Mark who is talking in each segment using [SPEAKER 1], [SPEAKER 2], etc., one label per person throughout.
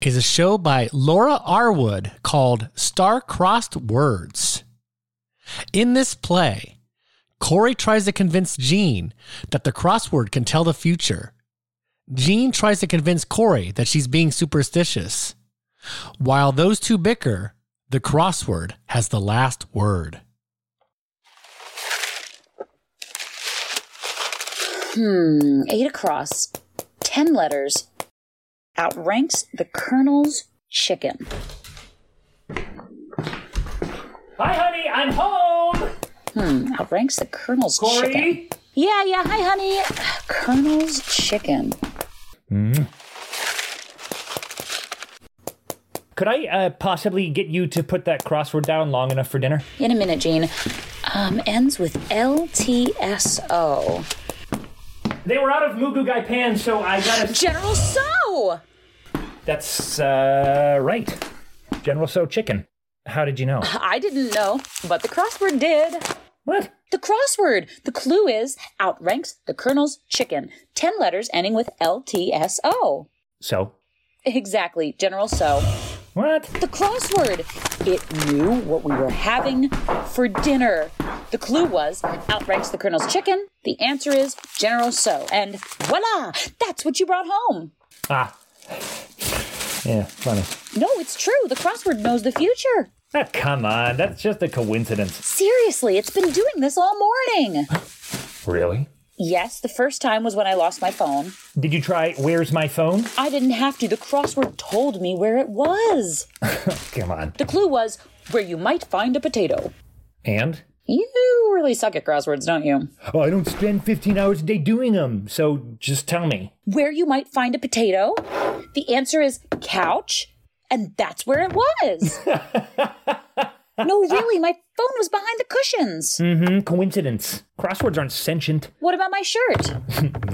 [SPEAKER 1] is a show by Laura Arwood called Star-Crossed Words. In this play, Corey tries to convince Jean that the crossword can tell the future. Jean tries to convince Corey that she's being superstitious. While those two bicker, the crossword has the last word.
[SPEAKER 2] Hmm, eight across, ten letters, outranks the Colonel's chicken.
[SPEAKER 3] Hi, honey, I'm home.
[SPEAKER 2] Hmm, outranks the Colonel's
[SPEAKER 3] Corey,
[SPEAKER 2] chicken. Yeah, yeah, hi, honey. Colonel's chicken.
[SPEAKER 3] could I uh, possibly get you to put that crossword down long enough for dinner?
[SPEAKER 2] In a minute, Gene. Um, ends with LTSO.
[SPEAKER 3] They were out of Mugu Gai Pan, so I got to
[SPEAKER 2] General So!
[SPEAKER 3] That's uh, right. General So Chicken. How did you know?
[SPEAKER 2] I didn't know, but the crossword did.
[SPEAKER 3] What?
[SPEAKER 2] The crossword. The clue is outranks the Colonel's chicken. Ten letters ending with LTSO.
[SPEAKER 3] So?
[SPEAKER 2] Exactly, General So.
[SPEAKER 3] What?
[SPEAKER 2] The crossword. It knew what we were having for dinner. The clue was outranks the Colonel's chicken. The answer is General So. And voila! That's what you brought home.
[SPEAKER 3] Ah. Yeah, funny.
[SPEAKER 2] No, it's true. The crossword knows the future.
[SPEAKER 3] Ah, come on. That's just a coincidence.
[SPEAKER 2] Seriously, it's been doing this all morning.
[SPEAKER 3] Really?
[SPEAKER 2] Yes, the first time was when I lost my phone.
[SPEAKER 3] Did you try Where's My Phone?
[SPEAKER 2] I didn't have to. The crossword told me where it was.
[SPEAKER 3] Come on.
[SPEAKER 2] The clue was where you might find a potato.
[SPEAKER 3] And?
[SPEAKER 2] You really suck at crosswords, don't you?
[SPEAKER 3] Oh, I don't spend 15 hours a day doing them, so just tell me.
[SPEAKER 2] Where you might find a potato? The answer is couch, and that's where it was. no, really, my phone was behind the cushions.
[SPEAKER 3] Mm, coincidence. Crosswords aren't sentient.
[SPEAKER 2] What about my shirt?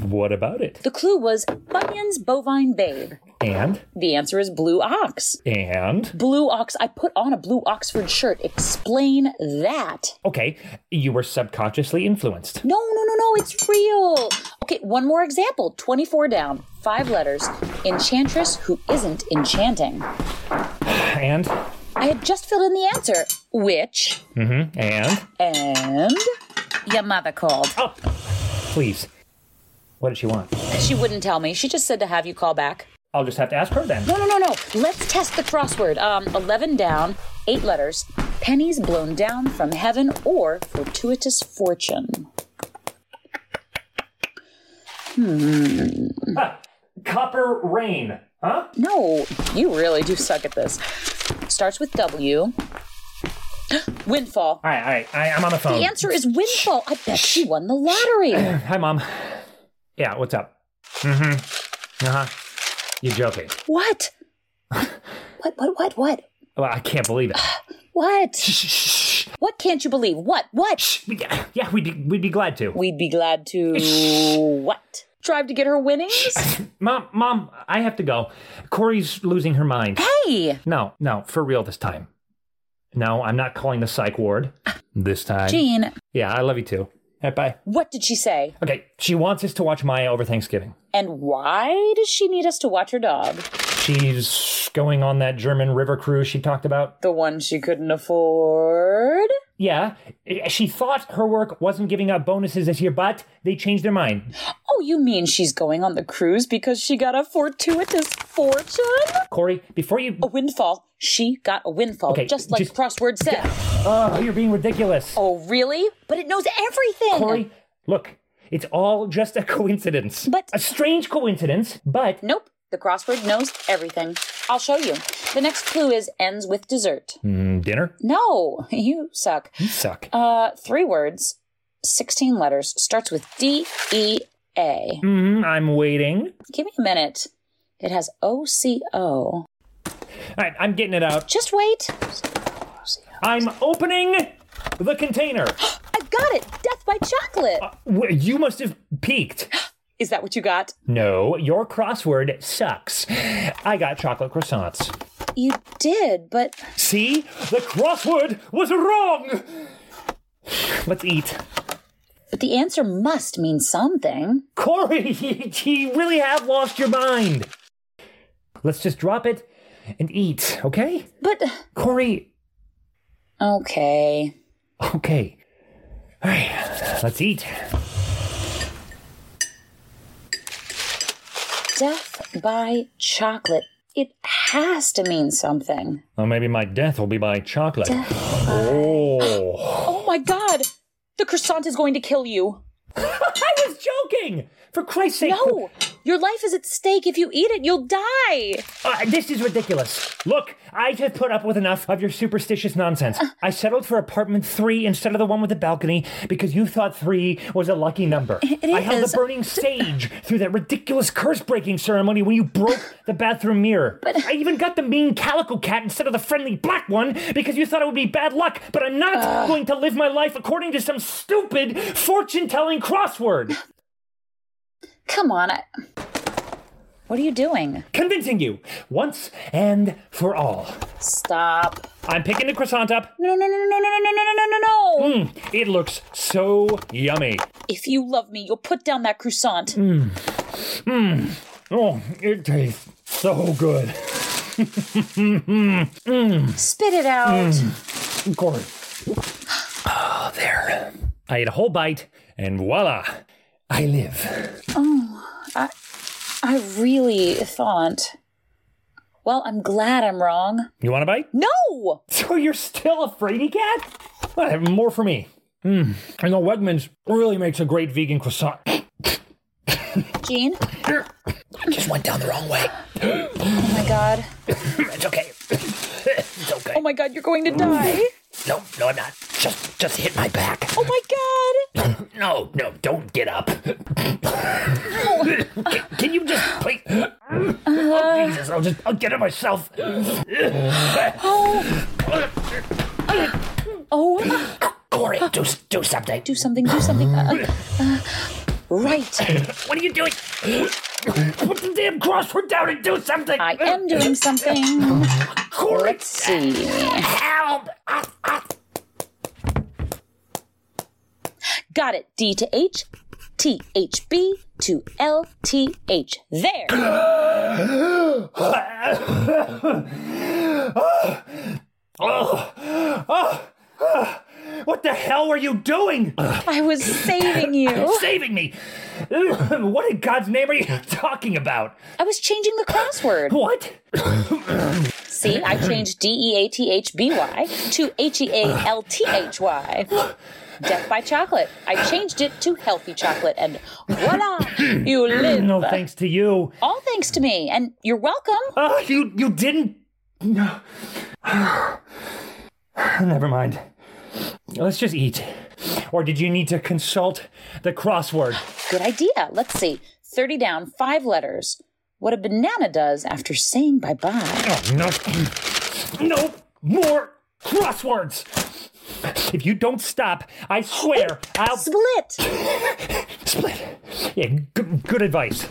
[SPEAKER 3] What about it?
[SPEAKER 2] The clue was Bunyan's bovine babe.
[SPEAKER 3] And?
[SPEAKER 2] The answer is blue ox.
[SPEAKER 3] And?
[SPEAKER 2] Blue ox. I put on a blue Oxford shirt. Explain that.
[SPEAKER 3] Okay, you were subconsciously influenced.
[SPEAKER 2] No, no, no, no. It's real. Okay, one more example. 24 down, five letters. Enchantress who isn't enchanting.
[SPEAKER 3] And?
[SPEAKER 2] I had just filled in the answer, which,
[SPEAKER 3] mm-hmm, And?
[SPEAKER 2] and your mother called.
[SPEAKER 3] Up! Please. What did she want?
[SPEAKER 2] She wouldn't tell me. She just said to have you call back.
[SPEAKER 3] I'll just have to ask her then.
[SPEAKER 2] No, no, no, no. Let's test the crossword. Um, 11 down, eight letters. Pennies blown down from heaven or fortuitous fortune.
[SPEAKER 3] Ah, Copper rain, huh?
[SPEAKER 2] No, you really do suck at this. Starts with W. Windfall.
[SPEAKER 3] All right, all right, I, I'm on the phone.
[SPEAKER 2] The answer is windfall. I bet she won the lottery.
[SPEAKER 3] Hi, Mom. Yeah, what's up? Mm hmm. Uh huh. You're joking.
[SPEAKER 2] What? What, what, what, what?
[SPEAKER 3] Well, I can't believe it.
[SPEAKER 2] What?
[SPEAKER 3] Shh, shh, shh.
[SPEAKER 2] What can't you believe? What? What?
[SPEAKER 3] Yeah, yeah we'd, be, we'd be glad to.
[SPEAKER 2] We'd be glad to. What? Tried to get her winnings?
[SPEAKER 3] Mom, Mom, I have to go. Corey's losing her mind.
[SPEAKER 2] Hey!
[SPEAKER 3] No, no, for real this time. No, I'm not calling the psych ward. This time.
[SPEAKER 2] Jean,
[SPEAKER 3] Yeah, I love you too. All right, bye.
[SPEAKER 2] what did she say?
[SPEAKER 3] Okay, she wants us to watch Maya over Thanksgiving.
[SPEAKER 2] And why does she need us to watch her dog?
[SPEAKER 3] She's going on that German river cruise she talked about.
[SPEAKER 2] The one she couldn't afford?
[SPEAKER 3] Yeah, she thought her work wasn't giving out bonuses this year, but they changed their mind.
[SPEAKER 2] Oh, you mean she's going on the cruise because she got a fortuitous fortune?
[SPEAKER 3] Corey, before you.
[SPEAKER 2] A windfall. She got a windfall,
[SPEAKER 3] Okay,
[SPEAKER 2] just like
[SPEAKER 3] just-
[SPEAKER 2] crossword said.
[SPEAKER 3] Oh, you're being ridiculous.
[SPEAKER 2] Oh, really? But it knows everything.
[SPEAKER 3] Corey, look, it's all just a coincidence.
[SPEAKER 2] But-
[SPEAKER 3] A strange coincidence, but.
[SPEAKER 2] Nope. The crossword knows everything. I'll show you. The next clue is ends with dessert.
[SPEAKER 3] Mm, dinner?
[SPEAKER 2] No, you suck.
[SPEAKER 3] You suck.
[SPEAKER 2] Uh, three words, 16 letters, starts with D E A.
[SPEAKER 3] Mm, I'm waiting.
[SPEAKER 2] Give me a minute. It has O C O.
[SPEAKER 3] All right, I'm getting it out.
[SPEAKER 2] Just wait.
[SPEAKER 3] I'm opening the container.
[SPEAKER 2] I got it. Death by chocolate.
[SPEAKER 3] Wh- You must have peeked.
[SPEAKER 2] Is that what you got?
[SPEAKER 3] No, your crossword sucks. I got chocolate croissants.
[SPEAKER 2] You did, but
[SPEAKER 3] See? The crossword was wrong! Let's eat.
[SPEAKER 2] but the answer must mean something.
[SPEAKER 3] Corey, you really have lost your mind. Let's just drop it and eat, okay?
[SPEAKER 2] But
[SPEAKER 3] Corey,
[SPEAKER 2] okay.
[SPEAKER 3] okay. All right, let's eat.
[SPEAKER 2] Death by chocolate. It has to mean something.
[SPEAKER 3] Or maybe my death will be by chocolate. Oh.
[SPEAKER 2] Oh my god! The croissant is going to kill you.
[SPEAKER 3] I was joking! For Christ's sake.
[SPEAKER 2] No! Your life is at stake. If you eat it, you'll die.
[SPEAKER 3] Uh, this is ridiculous. Look, I have put up with enough of your superstitious nonsense.
[SPEAKER 2] Uh.
[SPEAKER 3] I settled for apartment three instead of the one with the balcony because you thought three was a lucky number.
[SPEAKER 2] It
[SPEAKER 3] I held
[SPEAKER 2] is.
[SPEAKER 3] the burning sage through that ridiculous curse breaking ceremony when you broke the bathroom mirror. I even got the mean calico cat instead of the friendly black one because you thought it would be bad luck, but I'm not going to live my life according to some stupid fortune telling crossword.
[SPEAKER 2] Come on. I... What are you doing?
[SPEAKER 3] Convincing you once and for all.
[SPEAKER 2] Stop.
[SPEAKER 3] I'm picking the croissant up.
[SPEAKER 2] No, no, no, no, no, no, no, no, no, no, no.
[SPEAKER 3] Mm, it looks so yummy.
[SPEAKER 2] If you love me, you'll put down that croissant.
[SPEAKER 3] Oh, it tastes so good.
[SPEAKER 2] Spit it out.
[SPEAKER 3] Corey. Oh, there. I ate a whole bite, and voila, I live.
[SPEAKER 2] I really thought. Well, I'm glad I'm wrong.
[SPEAKER 3] You want a bite?
[SPEAKER 2] No!
[SPEAKER 3] So you're still a fraidy cat? I have more for me. Mm. I know Wegmans really makes a great vegan croissant.
[SPEAKER 2] Gene?
[SPEAKER 3] I just went down the wrong way.
[SPEAKER 2] Oh my god.
[SPEAKER 3] It's okay. it's okay.
[SPEAKER 2] Oh my god, you're going to die.
[SPEAKER 3] No, no, I'm not. Just, just hit my back.
[SPEAKER 2] Oh my god!
[SPEAKER 3] No, no, don't get up. can, can you just please? oh, Jesus, I'll just I'll get it myself.
[SPEAKER 2] Oh! Oh!
[SPEAKER 3] Corey, do s- do something.
[SPEAKER 2] Do something, do something. Uh, uh, right.
[SPEAKER 3] What are you doing? Put the damn crossword down and do something.
[SPEAKER 2] I am doing something.
[SPEAKER 3] Corey,
[SPEAKER 2] Let's see.
[SPEAKER 3] help! Ah, ah.
[SPEAKER 2] Got it. D to H, T H B to L T H. There.
[SPEAKER 3] Oh, oh, What the hell were you doing?
[SPEAKER 2] I was saving you.
[SPEAKER 3] Saving me. what in God's name are you talking about?
[SPEAKER 2] I was changing the crossword.
[SPEAKER 3] What?
[SPEAKER 2] See, I changed D E A T H B Y to H E A L T H Y. Death by chocolate. I changed it to healthy chocolate, and voila, you live.
[SPEAKER 3] No thanks to you.
[SPEAKER 2] All thanks to me, and you're welcome.
[SPEAKER 3] Oh, you you didn't. No. Never mind. Let's just eat. Or did you need to consult the crossword?
[SPEAKER 2] Good idea. Let's see. 30 down, five letters. What a banana does after saying bye bye.
[SPEAKER 3] Oh, no. No more crosswords. If you don't stop, I swear I'll
[SPEAKER 2] Split.
[SPEAKER 3] split. Yeah, good, good advice.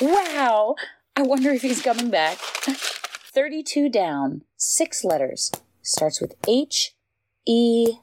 [SPEAKER 2] Wow. I wonder if he's coming back. 32 down, six letters. Starts with H E